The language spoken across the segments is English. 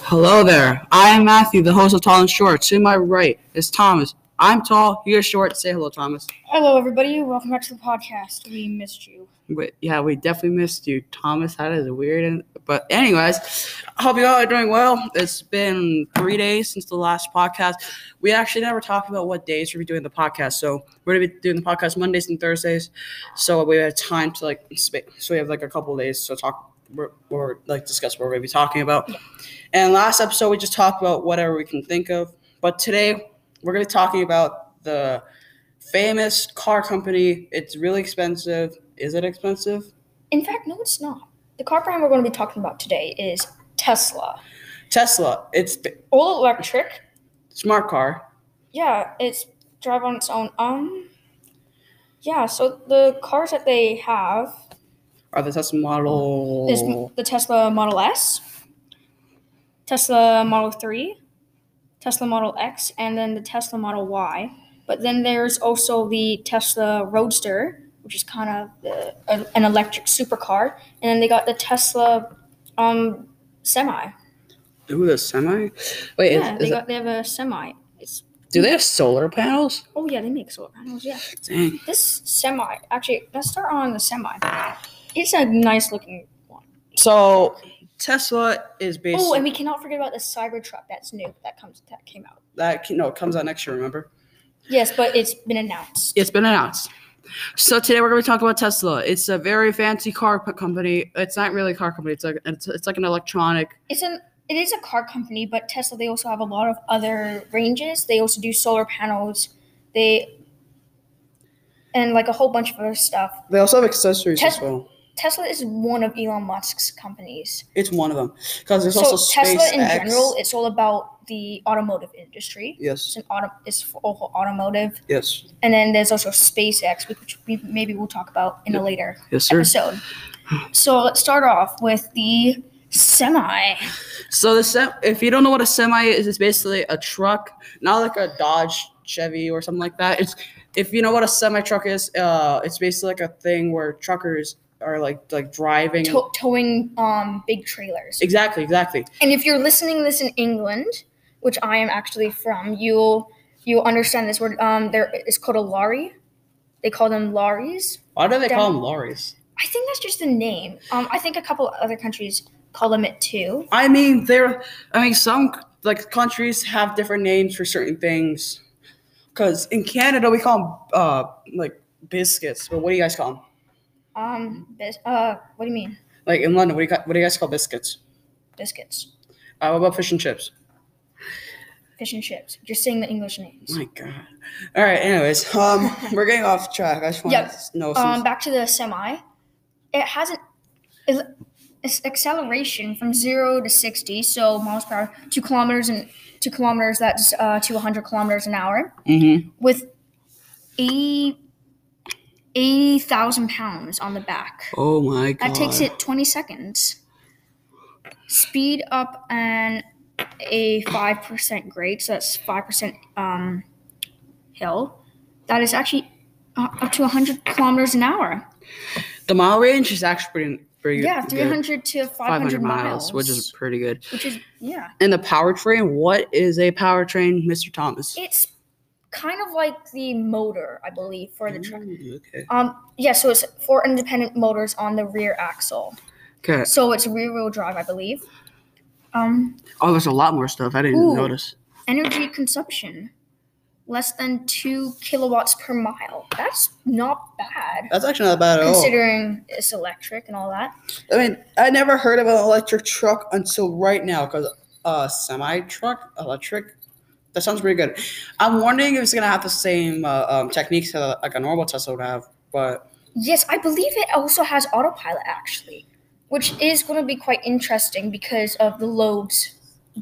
Hello there. I am Matthew, the host of Tall and Short. To my right is Thomas. I'm tall, you're short. Say hello, Thomas. Hello, everybody. Welcome back to the podcast. We missed you. But yeah, we definitely missed you, Thomas. That is weird. And, but anyways, I hope you all are doing well. It's been three days since the last podcast. We actually never talked about what days we'll be doing the podcast. So we're gonna be doing the podcast Mondays and Thursdays. So we have time to like, sp- so we have like a couple days to talk or, or like discuss what we're gonna be talking about. And last episode we just talked about whatever we can think of. But today we're gonna be talking about the famous car company. It's really expensive. Is it expensive? In fact, no, it's not. The car brand we're going to be talking about today is Tesla. Tesla. It's b- All electric. smart car. Yeah, it's drive on its own. Um, yeah. So the cars that they have Are the Tesla is model? the Tesla Model S, Tesla Model Three, Tesla Model X, and then the Tesla Model Y. But then there's also the Tesla Roadster, which is kind of the, a, an electric supercar, and then they got the Tesla um, semi. Ooh, the semi. Wait, Yeah, is, they is got they have a semi. It's it- do they have solar panels? oh yeah, they make solar panels. Yeah, Dang. this semi actually let's start on the semi. It's a nice looking one. So Tesla is based. Oh, and we cannot forget about the Cybertruck. That's new. That comes that came out. that no, it comes out next year. Remember? Yes, but it's been announced. It's been announced. So today we're going to talk about Tesla. It's a very fancy car p- company. It's not really a car company. It's like it's, it's like an electronic. It's an it is a car company, but Tesla they also have a lot of other ranges. They also do solar panels. They and like a whole bunch of other stuff. They also have accessories Tes- as well. Tesla is one of Elon Musk's companies. It's one of them because there's also so Tesla in SpaceX. general, it's all about the automotive industry. It's yes, an auto, it's for all automotive, yes, and then there's also SpaceX, which we maybe we'll talk about in a later yes, sir. episode. So let's start off with the semi. So the sem- if you don't know what a semi is, it's basically a truck, not like a Dodge Chevy or something like that. It's if you know what a semi truck is, uh, it's basically like a thing where truckers are like like driving. to- towing um, big trailers. exactly, exactly. And if you're listening to this in England, which I am actually from, you'll you'll understand this word. Um, there it's called a lorry. They call them lorries. Why do they call Down- them lorries? I think that's just the name. Um, I think a couple other countries call them it too. I mean, they're. I mean, some like countries have different names for certain things. Cause in Canada we call them uh, like biscuits, but what do you guys call them? Um, bis- uh, what do you mean Like in London, what do you, ca- what do you guys call biscuits? biscuits? Uh, what about fish and chips? Fish and chips. You're saying the English names. My God. All right. Anyways, um, we're getting off track. I just want Yeah, to know some. Um, back to the semi. It has an it- it's acceleration from zero to sixty, so miles per hour, two kilometers and two kilometers. That's uh, to one hundred kilometers an hour Mhm. with eighty eighty thousand pounds on the back. Oh my God. That takes it 20 seconds. Speed up and a 5% grade, so that's 5% um, hill. That is actually uh, up to 100 kilometers an hour. The mile range is actually pretty, pretty Yeah, good. 300 to 500, 500 miles, miles, which is pretty good. which is yeah. And the powertrain. What is a powertrain, Mr. Thomas? It's kind of like the motor, I believe, for the truck. Ooh, Okay. Um, yeah, so it's four independent motors on the rear axle. Okay. So it's rear-wheel drive, I believe. Um, Oh, there's a lot more stuff I didn't Ooh. notice. energy consumption less than two kilowatts per mile. That's not bad That's actually not bad at considering it's electric and all that. all. I mean, I never heard of an electric truck until right now because uh, semi truck, electric. That sounds pretty good. I'm wondering if it's gonna have the same uh, um, techniques that like a normal Tesla would have, but Yes, I believe it also has autopilot actually, which is going to be quite interesting because of the loads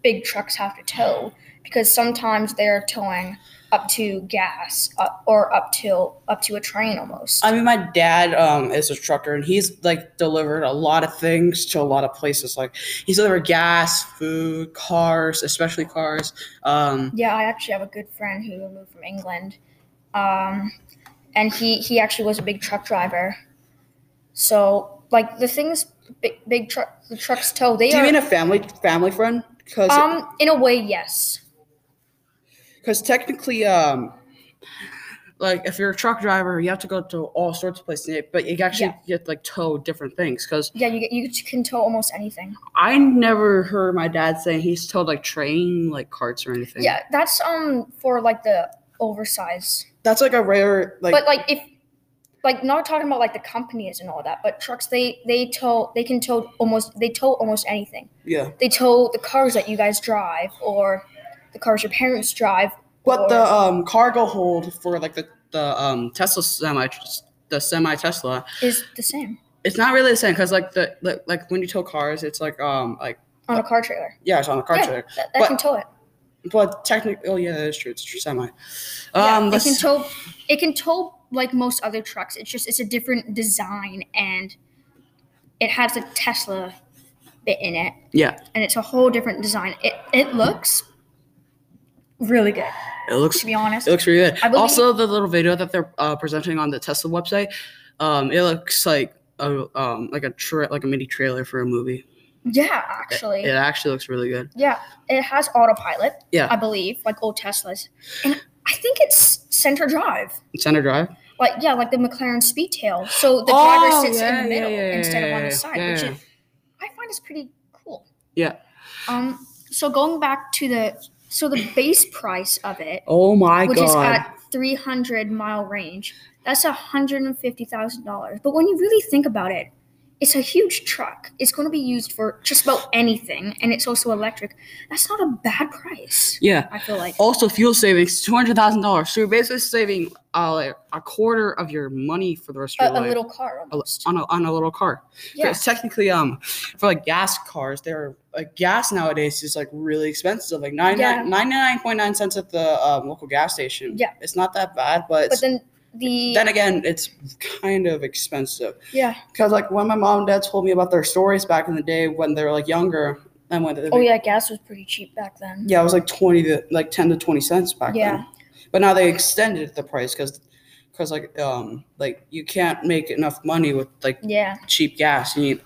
big trucks have to tow because sometimes they're towing up to gas uh, or up to up to a train almost. I mean, my dad um, is a trucker, and he's like delivered a lot of things to a lot of places. Like he's delivered gas, food, cars, especially cars. Um, Yeah, I actually have a good friend who moved from England, um, and he he actually was a big truck driver. So like the things big big truck the trucks tow they do you are mean a family family friend? Because Um, in a way, yes. because technically, um, like if you're a truck driver, you have to go to all sorts of places, but you actually get like tow different things. Because Yeah, you get you can tow almost anything. I never heard my dad say he's towed like train, like carts or anything. Yeah, that's um for like the oversize. that's like a rare like. but like if like not talking about like the companies and all that, but trucks they they tow they can tow almost they tow almost anything. yeah, They tow the cars that you guys drive or the cars your parents drive. but or- the um cargo hold for like the the um Tesla semi, the semi Tesla, is the same it's not really the same because like the like, like when you tow cars, it's like um like on a car trailer. yeah, it's on a car yeah, trailer, that, that But- can tow it. but technically, oh yeah, that is true. It's true semi. Um, yeah, it let's- can tow. It can tow like most other trucks. It's just it's a different design and it has a Tesla bit in it, yeah, and it's a whole different design. It it looks really good. it looks To be honest, It looks really good. I believe- also, the little video that they're uh, presenting on the Tesla website, um, it looks like a um, like a tra- like a mini trailer for a movie. yeah, actually, It actually looks really good. Yeah, it has autopilot. Yeah. I believe, like old Teslas, and I think it's center drive. Center Drive. Like yeah, like the McLaren Speedtail. So the Oh, driver sits yeah, in yeah, the middle yeah, instead of on the yeah, side, yeah, which yeah. is, I find is pretty cool. Yeah. Um. So going back to the so the base price of it, Oh my which is god. at three hundred mile range, that's a hundred and fifty thousand dollars. But when you really think about it, it's a huge truck. It's going to be used for just about anything, and it's also electric. That's not a bad price. yeah. I feel like. Also, fuel savings two hundred thousand dollars. So you're basically saving uh, like a quarter of your money for the rest of a, your a life. little car almost. on a, on a little car. yeah. Because technically, um, for like gas cars, they're like gas nowadays is like really expensive, like nine Yeah. ninety nine point nine cents at the um, local gas station. Yeah. it's not that bad, but, But it's, then the then again, it's kind of expensive. yeah. Because like when my mom and dad told me about their stories back in the day when they were like younger, and when they, Oh yeah, gas was pretty cheap back then. yeah, it was like twenty to like ten to twenty cents back Yeah. then. But now they extended the price because because like um like you can't make enough money with like Yeah. cheap gas. You need.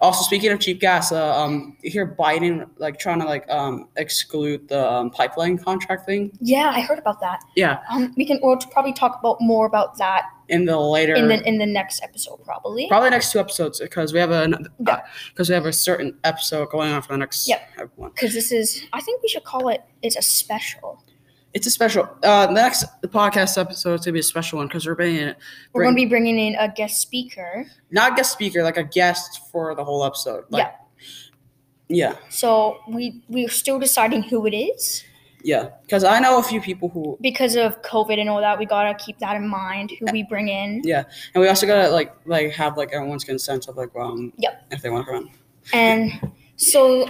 Also, speaking of cheap gas, uh, um, you hear Biden like trying to like um exclude the um, pipeline contract thing. Yeah, I heard about that. Yeah, Um, we can we'll probably talk about more about that in the later, in the in the next episode probably. probably next two episodes because we have a Yeah. because we have a certain episode going on for the next Yep. one. Because this is, I think we should call it. It's a special. It's a special. Uh, the next podcast episode is gonna be a special one because we're bringing We're bring- going to be bringing in a guest speaker. not guest speaker like a guest for the whole episode. Like, yeah, yeah, So we we're still deciding who it is yeah. Because I know a few people who because of COVID and all that. We gotta keep that in mind who we bring in. Yeah, and we also gotta like like have like everyone's consent of like um Yep. if they want to come. And so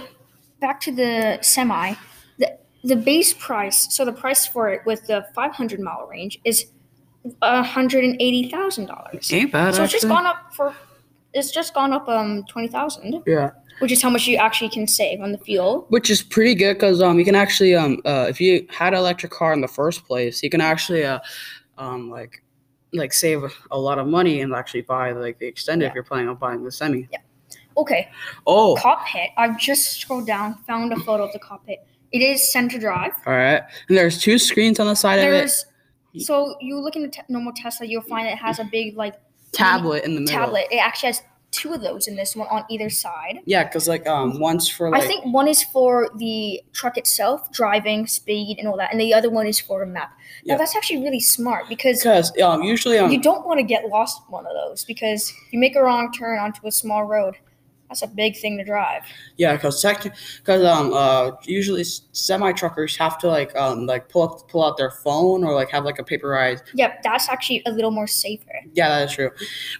back to the semi, the, the base price, so the price for it with the 500 mile range is $180,000. Ain't bad. So it's just gone up for, it's just gone up um 20,000, Yeah, which is how much you actually can save on the fuel. which is pretty good because um you can actually um uh if you had an electric car in the first place, you can actually uh um like like save a lot of money and actually buy like the extended if Yeah. you're planning on buying the semi. Okay, Oh, cockpit. I've just scrolled down, found a photo of the cockpit. It is center drive. all right. And there's two screens on the side of it, There's, so you look in the te- normal Tesla, you'll find it has a big like tablet in the middle. tablet. It actually has two of those in this one on either side. Yeah, because like um once for like I think one is for the truck itself, driving, speed, and all that, and the other one is for a map. Now, Yeah. that's actually really smart because because um usually um you don't want to get lost in one of those because you make a wrong turn onto a small road. That's a big thing to drive. Yeah, because because um uh usually semi truckers have to like um like pull up pull out their phone or like have like a paperized. Yep, that's actually a little more safer. Yeah, that is true.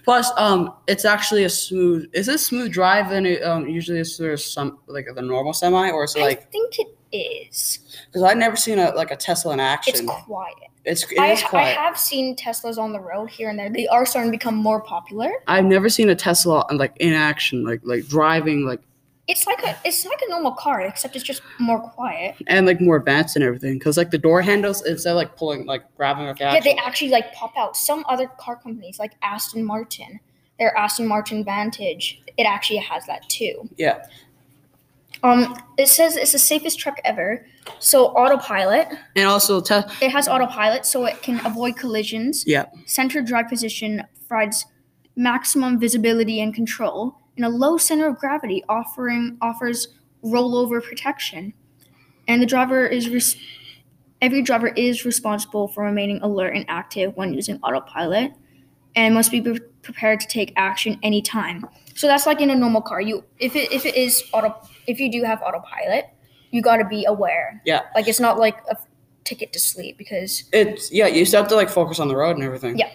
Plus, um, it's actually a smooth. Is it smooth drive than it um usually is there's some like the normal semi or is it I like think it is. because I've never seen a like a Tesla in action. It's quiet. It's it I, is quiet. I have seen Teslas on the road here and there. They are starting to become more popular. I've never seen a Tesla um, like in action, like like driving, like It's like a it's like a normal car, except it's just more quiet. and like more advanced and everything. Because like the door handles instead of like pulling like grabbing like Yeah, they action. actually like pop out. Some other car companies, like Aston Martin, their Aston Martin Vantage, it actually has that too. Yeah. Um, it says it's the safest truck ever. So autopilot. And also, te- It has autopilot, so it can avoid collisions. yeah, Center drive position provides maximum visibility and control, and a low center of gravity offering offers rollover protection. And the driver is res- every driver is responsible for remaining alert and active when using autopilot, and must be pre- prepared to take action anytime. So that's like in a normal car. You if it if it is auto if you do have autopilot, you got to be aware. yeah. Like it's not like a ticket to sleep because It's yeah. You still have to like focus on the road and everything. Yeah.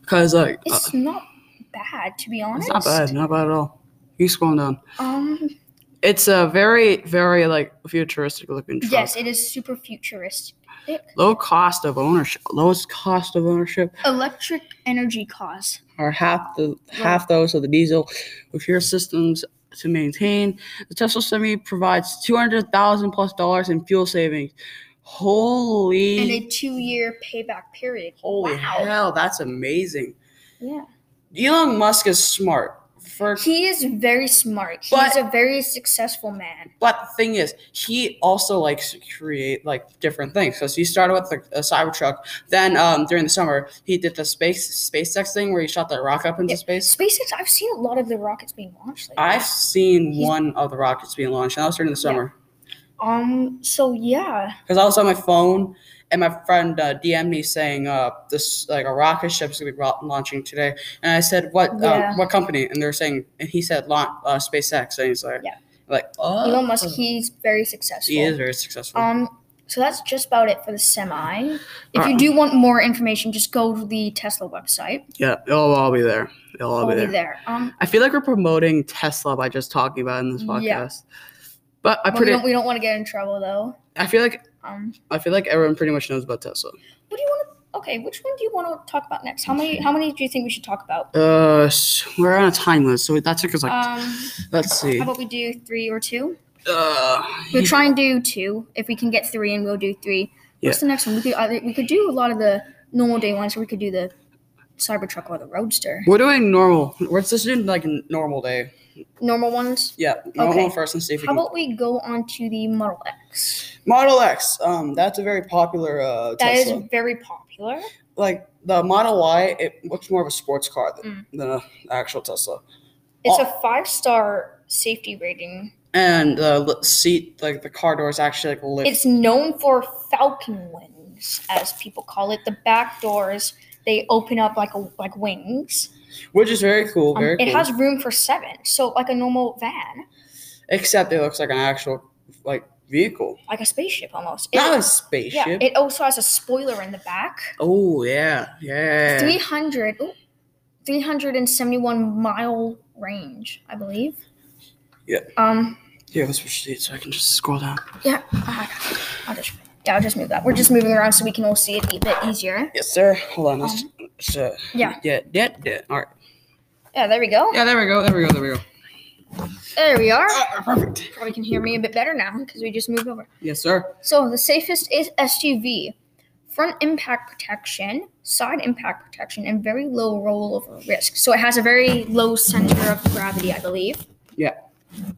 Because like, uh, It's not bad, to be honest. it's not bad. Not bad at all. You scrolling down. Um, It's a very, very like futuristic looking truck. yes, it is super futuristic. Low cost of ownership. Lowest cost of ownership Electric energy cars. are half the half those of the diesel, with fewer systems to maintain. The Tesla Semi provides two hundred thousand plus dollars in fuel savings. Holy, And a two-year payback period. holy wow. hell! That's amazing. Yeah. Elon Musk is smart. For He is very smart. He's But- a very successful man. But the thing is, he also likes to create like different things. So he started with the uh, Cybertruck. Then um, during the summer, he did the space SpaceX thing where he shot that rock up into Yeah. space. SpaceX. I've seen a lot of the rockets being launched. Lately. I've seen He's- one of the rockets being launched, and that was during the summer Um. So yeah. because I was on my phone and my friend uh, DM'd me saying uh, this like a rocket ship's gonna be ro- launching today, and I said what Yeah. um, what company? And they're saying, and he said launch uh, SpaceX, and he's like, Yeah. like oh, Elon Musk. He's very successful. he is very successful. Um. So that's just about it for the semi. If you Alright. do want more information, just go to the Tesla website. yeah, it'll all be there. It'll all I'll be there. Um. I feel like we're promoting Tesla by just talking about it in this podcast. Yeah. But I But we pretty, don't, we don't want to get in trouble though. I feel like Um, I feel like everyone pretty much knows about Tesla. what do you want to? Okay, which one do you want to talk about next? How many? How many do you think we should talk about? Uh, s- we're on a time list, so that took us like Um, let's see. how about we do three or two? Uh, We'll try and do two. If we can get three, and we'll do three. What's Yeah. the next one? We could either, we could do a lot of the normal day ones, or we could do the Cybertruck or the Roadster. we're doing normal. We're just doing like a normal day. Normal ones. Yeah, normal Okay. first and see if we How can. about we go on to the Model X? Model X. Um, that's a very popular uh, That is Tesla. very popular. Like the Model Y, it looks more of a sports car than, Mm. than an actual Tesla. It's Oh. a five-star safety rating. And the l- seat, like the car door, is actually like lift. It's known for falcon wings, as people call it. The back doors they open up like a, like wings. which is very cool. Um, Oh, Very it cool. has room for seven, so like a normal van, except it looks like an actual like vehicle, like a spaceship almost. It- not a yeah. spaceship. It also has a spoiler in the back. oh yeah, yeah. Three hundred. 371 mile range, I believe. Yeah. Um. Here, let's switch seats so I can just scroll down. Yeah. uh, I'll just. Yeah, I'll just move that. We're just moving around so we can all see it a bit easier. Yes, sir. Hold on. Let's. uh, so, Uh-huh. Yeah. Yeah. Yeah. Yeah. All right. Yeah, there we go. Yeah. There we go. There we go. There we go. There we are. Ah, perfect. Probably can hear me a bit better now because we just moved over. Yes, sir. So the safest is SUV. Front impact protection, side impact protection, and very low rollover risk. So it has a very low center of gravity, I believe. Yeah.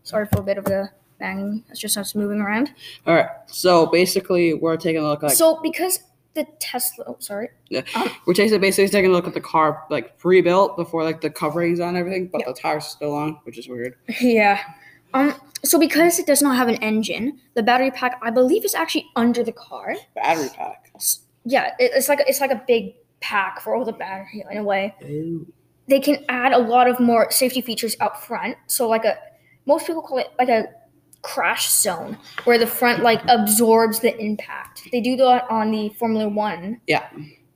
Sorry for a bit of the banging. That's just us moving around. All right. So basically, we're taking a look like so because the Tesla, oh, sorry, we're taking basically taking a look at the car like pre-built before like the coverings on and everything, but Yeah. the tires are still on, which is weird. yeah. Um. So because it does not have an engine, the battery pack, I believe, is actually under the car. Battery pack. Yeah, it, it's like it's like a big pack for all the battery in a way. Ew. they can add a lot of more safety features up front. So like a most people call it like a crash zone where the front like absorbs the impact. They do that on the Formula 1 Yeah.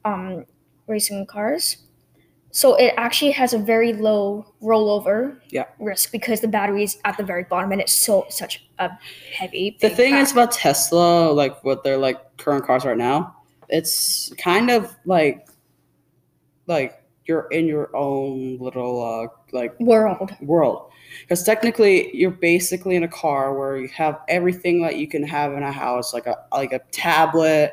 um racing cars. So it actually has a very low rollover Yeah. risk because the battery is at the very bottom and it's so such a heavy The big thing is pack. about Tesla, like what their like current cars right now, it's kind of like like you're in your own little uh like world. world. Because technically you're basically in a car where you have everything that you can have in a house, like a like a tablet.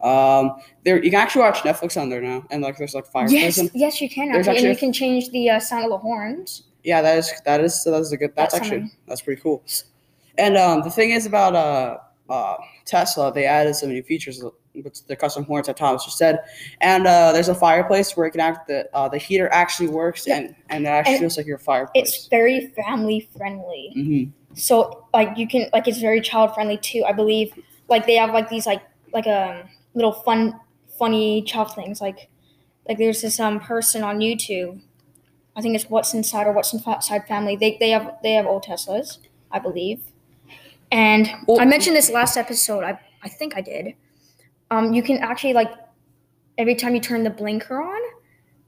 Um there you can actually watch Netflix on there now and like there's like fireplace Yes, and yes you can There's actually, and actually a- you can change the uh, sound of the horns. yeah, that is that is that's a good that's, That's actually something. that's pretty cool. And um, the thing is about uh, uh, Tesla, they added some new features with the custom horns that Thomas just said. And uh, there's a fireplace where it can act the uh, the heater actually works and and it actually And feels like your It's fireplace. very family friendly. Mhm. So like you can like it's very child friendly too. I believe like they have like these like like um little fun funny child things like like there's this um person on YouTube. I think it's What's Inside or What's Inside Family. They they have they have old Teslas, I believe. And Well- I mentioned this last episode. I I think I did. Um, you can actually like every time you turn the blinker on,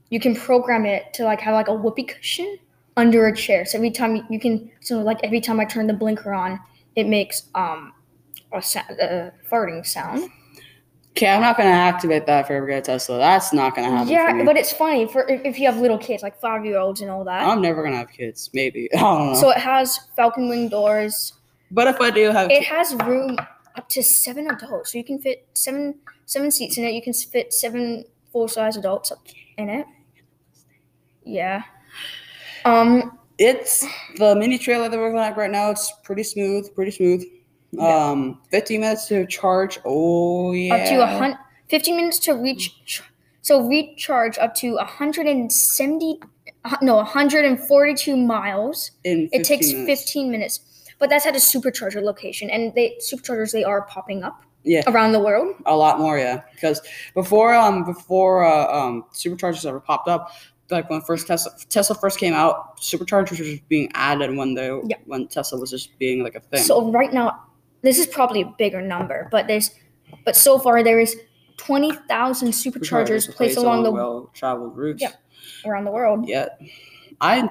you can program it to like have like a whoopee cushion under a chair. So every time you, you can, so like every time I turn the blinker on, it makes um a, sa- a farting sound. Okay, I'm not gonna activate that for every guy Tesla. That's not gonna happen. for Yeah, me. but it's funny for if, if you have little kids, like five year olds and all that. I'm never gonna have kids. Maybe I don't know. So it has falcon wing doors. but if I do have, It has room up to seven adults, so you can fit seven seven seats in it. You can fit seven full size adults up in it. Yeah. Um. it's the mini trailer that we're gonna have right now. It's pretty smooth, pretty smooth. Yeah. Um, 15 minutes to charge. Oh yeah, up to a hun- 15 minutes to reach ch- so recharge up to 170 uh, no 142 miles In it takes 15 minutes. 15 minutes but that's at a supercharger location and they superchargers they are popping up Yeah. around the world A lot more, yeah. Because before um before uh, um superchargers ever popped up, like when first Tesla Tesla first came out, superchargers were just being added when they Yeah. when Tesla was just being like a thing. so right now this is probably a bigger number but there's but so far there is 20,000 superchargers were placed along the well traveled routes. Yeah. around the world Yeah. I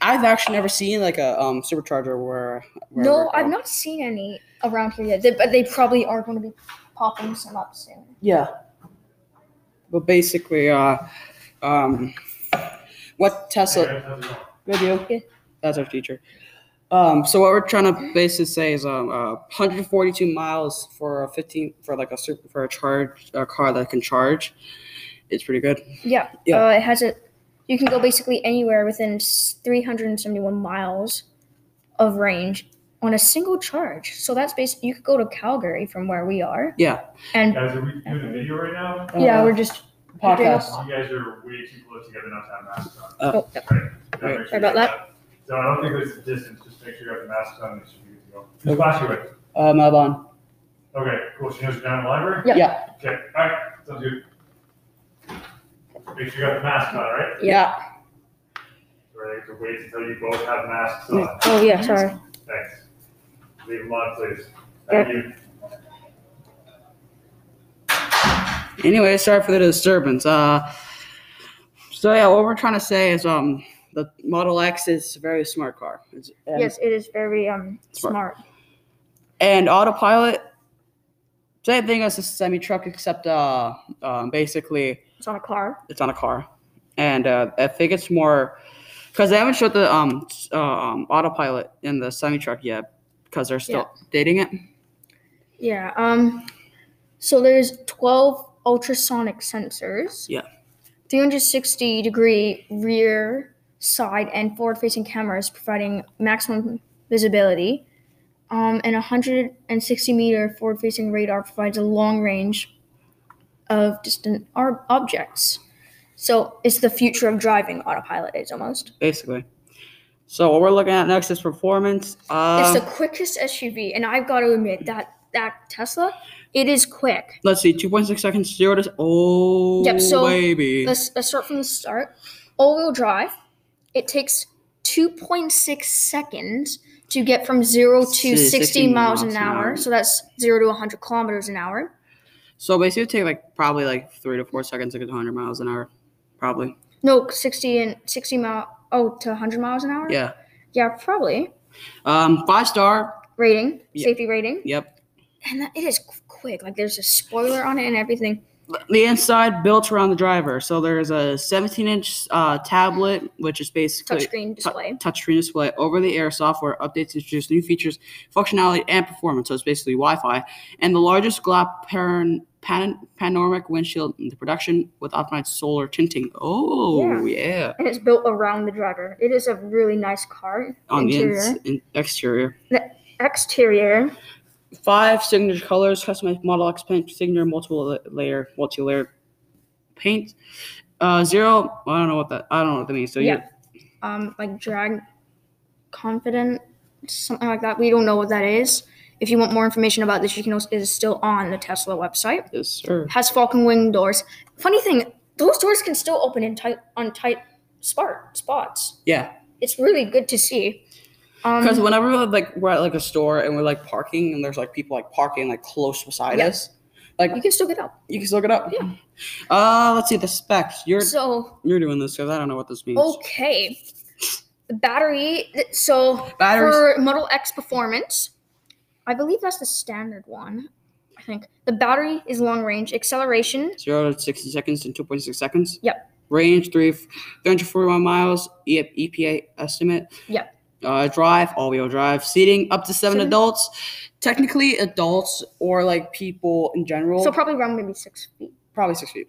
I've actually never seen like a um supercharger where, where no where- i've not seen any around here yet They- but they probably are going to be popping some up soon Yeah. But basically, uh, um, what Tesla Good you. Good. That's our teacher. Um, so what we're trying to basically say is um, uh, 142 miles for a 15 for like a super for a charge a car that can charge. It's pretty good. Yeah. Yeah. Uh, it has a. You can go basically anywhere within s- 371 miles of range on a single charge. So that's basically you could go to Calgary from where we are. Yeah. And Guys, are we doing a video right now? yeah, Uh, we're just podcast. You guys are way too close together not to have masks on. Uh, oh, That Right. makes sure Sorry about you have- So I don't think it's the distance, just make sure you have the masks on, it should be good to go. Who's Okay. class you with? Uh, my bond. Okay, cool, she knows you're down in the library? Yeah. Yeah. Okay, alright, sounds good. Make sure you got the mask on, alright? Yeah. Or I have to wait until you both have masks on, oh yeah, sorry. thanks. Leave them on, please. Thank you. Anyway, sorry for the disturbance. Uh, so yeah, what we're trying to say is um the Model X is a very smart car. It's, and, Yes, it is very um Smart. smart. and autopilot. Same thing as a semi truck, except uh, um, basically It's on a car. it's on a car, and uh, I think it's more because they haven't showed the um, s- uh, um autopilot in the semi truck yet because they're still dating it. Yeah. Um. So there's 12 ultrasonic sensors. Yeah. 360 degree rear, side, and forward facing cameras providing maximum visibility. Um, and 160 meter forward facing radar provides a long range of distant ar- objects. So it's the future of driving, autopilot is almost. Basically, so what we're looking at next is performance. it's Uh, the quickest SUV, and I've got to admit that that Tesla, it is quick. let's see, two point six seconds zero to oh Yep, so baby. Let's, let's start from the start. All wheel drive. It takes 2.6 seconds to get from 0 to 60, miles an hour. So that's 0 to 100 kilometers an hour. So basically, it take like probably like three to four seconds to get to hundred miles an hour, probably. No, 60 and 60 mile. Oh, to 100 miles an hour? Yeah. Yeah, probably. Um, five star. Rating, Yeah. safety rating. Yep. And that, it is qu- quick. Like there's a spoiler on it and everything. The inside built around the driver. So there's a 17 inch uh, tablet, which is basically Touchscreen display. Tou- touchscreen display, over-the-air software updates introduce new features, functionality, and performance. So it's basically Wi-Fi, and the largest glass pan- pan- panoramic windshield in the production with optimized solar tinting. Oh yeah, And it's built around the driver. It is a really nice car. on interior. the ins- in- exterior. Exterior. Five signature colors, customized model X paint, signature multiple la- layer, multi layer paint. Uh, zero. I don't know what that. I don't know what that means. So Yeah. um, like drag confident, something like that. We don't know what that is. If you want more information about this, you can also, it is still on the Tesla website. you yes, sir. Has Falcon Wing doors. Funny thing, those doors can still open in tight on tight spot spots. Yeah. It's really good to see. Um, Because whenever like we're at like a store and we're like parking and there's like people like parking like close beside Yeah. us, like you can still get up. you can still get up. Yeah. Uh, let's see the specs. You're So Oh, you're doing this because I don't know what this means. okay, the battery. th- So Batteries. for Model X performance, I believe that's the standard one. I think the battery is long range. Acceleration Zero to sixty seconds and two point six seconds. Yep. Range three, three hundred forty-one miles. E- EPA estimate. Yep. Uh, drive, all-wheel drive, seating up to seven, Seven. adults. Technically, adults or like people in general. So probably around maybe six feet. probably six feet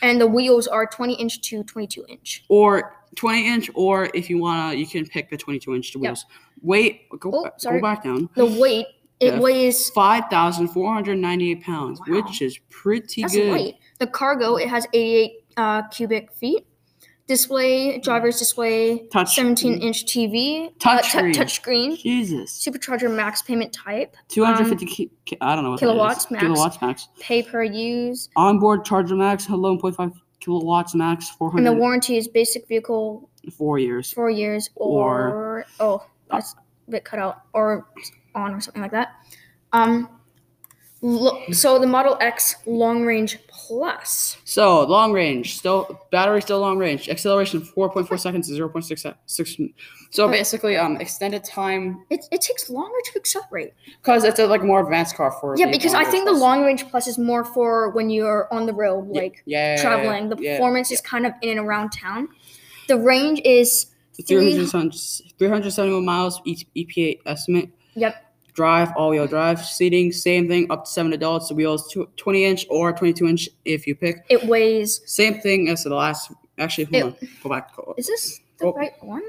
And the wheels are 20 inch to 22 inch. or twenty inch, or if you wanna, you can pick the twenty-two inch Yep. wheels. Weight. Go, Oh, ba- go sorry. back down. The weight, it Yeah. weighs. Five thousand four hundred ninety-eight pounds, Wow. which is pretty That's good. light. The cargo, it has 88 uh, cubic feet. Display, driver's display, Touch 17 inch TV, Touch uh, screen. t- touch screen, Jesus, supercharger max payment type, two hundred fifty. ki- ki- I don't know what that is. um, kilowatts max. Kilowatts max. pay per use, onboard charger max 11.5 kilowatts max and the 400 warranty is basic vehicle four years four years or, Or- oh that's a bit cut out or on or something like that um lo- so the model x long range plus so long range still battery still long range acceleration 4.4 seconds to 0.6 sec- six so basically um extended time it, it takes longer to accelerate because it's a like more advanced car for yeah the because i longer think the plus. long range plus is more for when you're on the road Yeah, like yeah, traveling the yeah, performance is kind of in and around town the range is yeah. 300 371 miles each epa estimate yep drive all-wheel drive seating same thing up to seven adults the wheels two, 20 inch or 22 inch if you pick it weighs same thing as the last actually hold It- on go back go, is this the Oh. right one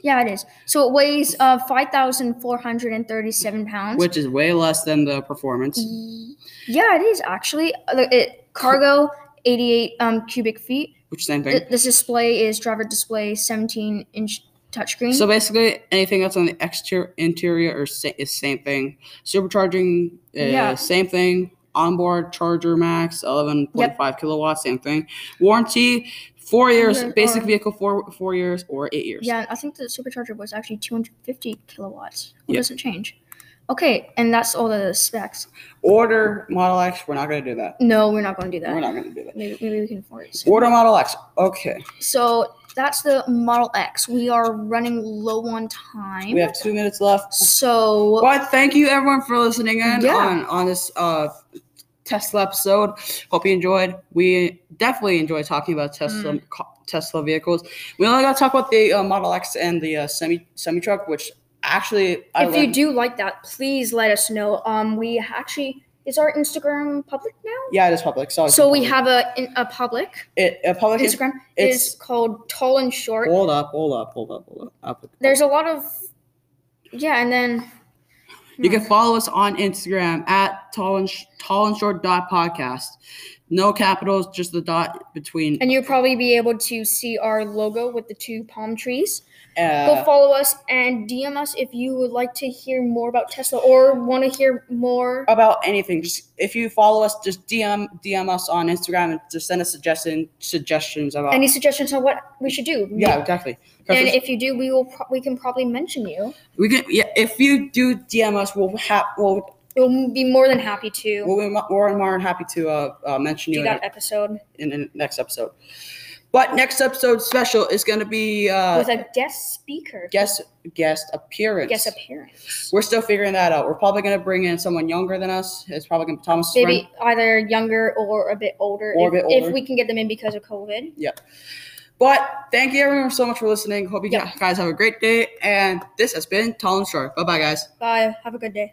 yeah it is so it weighs uh 5437 pounds which is way less than the performance. Ye- Yeah, it is actually. Uh, It cargo eighty eight um cubic feet. Which same Th- thing. This display is driver display seventeen inch touchscreen. So basically, anything that's on the exterior, interior, or sa- is same thing. Supercharging, uh, Yeah. same thing. Onboard charger max, eleven point five kilowatts, same thing. Warranty, four years. Hundred Basic or- vehicle, four four years or eight years. yeah, I think the supercharger was actually two hundred fifty kilowatts. It Yeah. doesn't change. Okay, and that's all the specs. Order Model X. We're not gonna do that. No, we're not going to do that. We're not gonna do that. Maybe, maybe we can afford it. soon. Order Model X. Okay, So that's the Model X. We are running low on time. we have two minutes left. so But thank you everyone for listening in Yeah. on on this uh Tesla episode. Hope you enjoyed. We definitely enjoy talking about Tesla Mm. co- Tesla vehicles. We only got to talk about the uh, Model X and the uh, semi semi truck, which actually I if you learned- do like that, please let us know. Um, we actually is our Instagram public now, yeah, it is public. So, it's so we public. have a in- a public it a public is- Instagram it's- is called Tall and Short. Hold up, hold up, hold up, hold up. up. There's a lot of yeah, and then hmm. You can follow us on Instagram at tall and sh- tall and short dot podcast. No capitals, just the dot between. and you'll probably be able to see our logo with the two palm trees. Go Uh, follow us and DM us if you would like to hear more about Tesla or want to hear more. about anything. Just if you follow us, just DM DM us on Instagram and just send us suggestion suggestions about Any suggestions on what we should do? Uh, yeah exactly. 'Cause And if, if you do, we will pro- we can probably mention you. we can yeah if you do DM us, we'll have we'll We'll be more than happy to. we'll be mo- more and more happy to uh, uh mention do you in, that episode in the next episode. But next episode special is gonna be uh with a guest speaker, guest guest appearance. guest appearance. We're still figuring that out. We're probably gonna bring in someone younger than us. It's probably gonna be Thomas. Maybe either younger or a bit older, Or a if, bit older. if we can get them in because of COVID. But thank you everyone so much for listening. Hope you Yeah. guys have a great day. And this has been Tall and Short. Bye bye guys. Bye. Have a good day.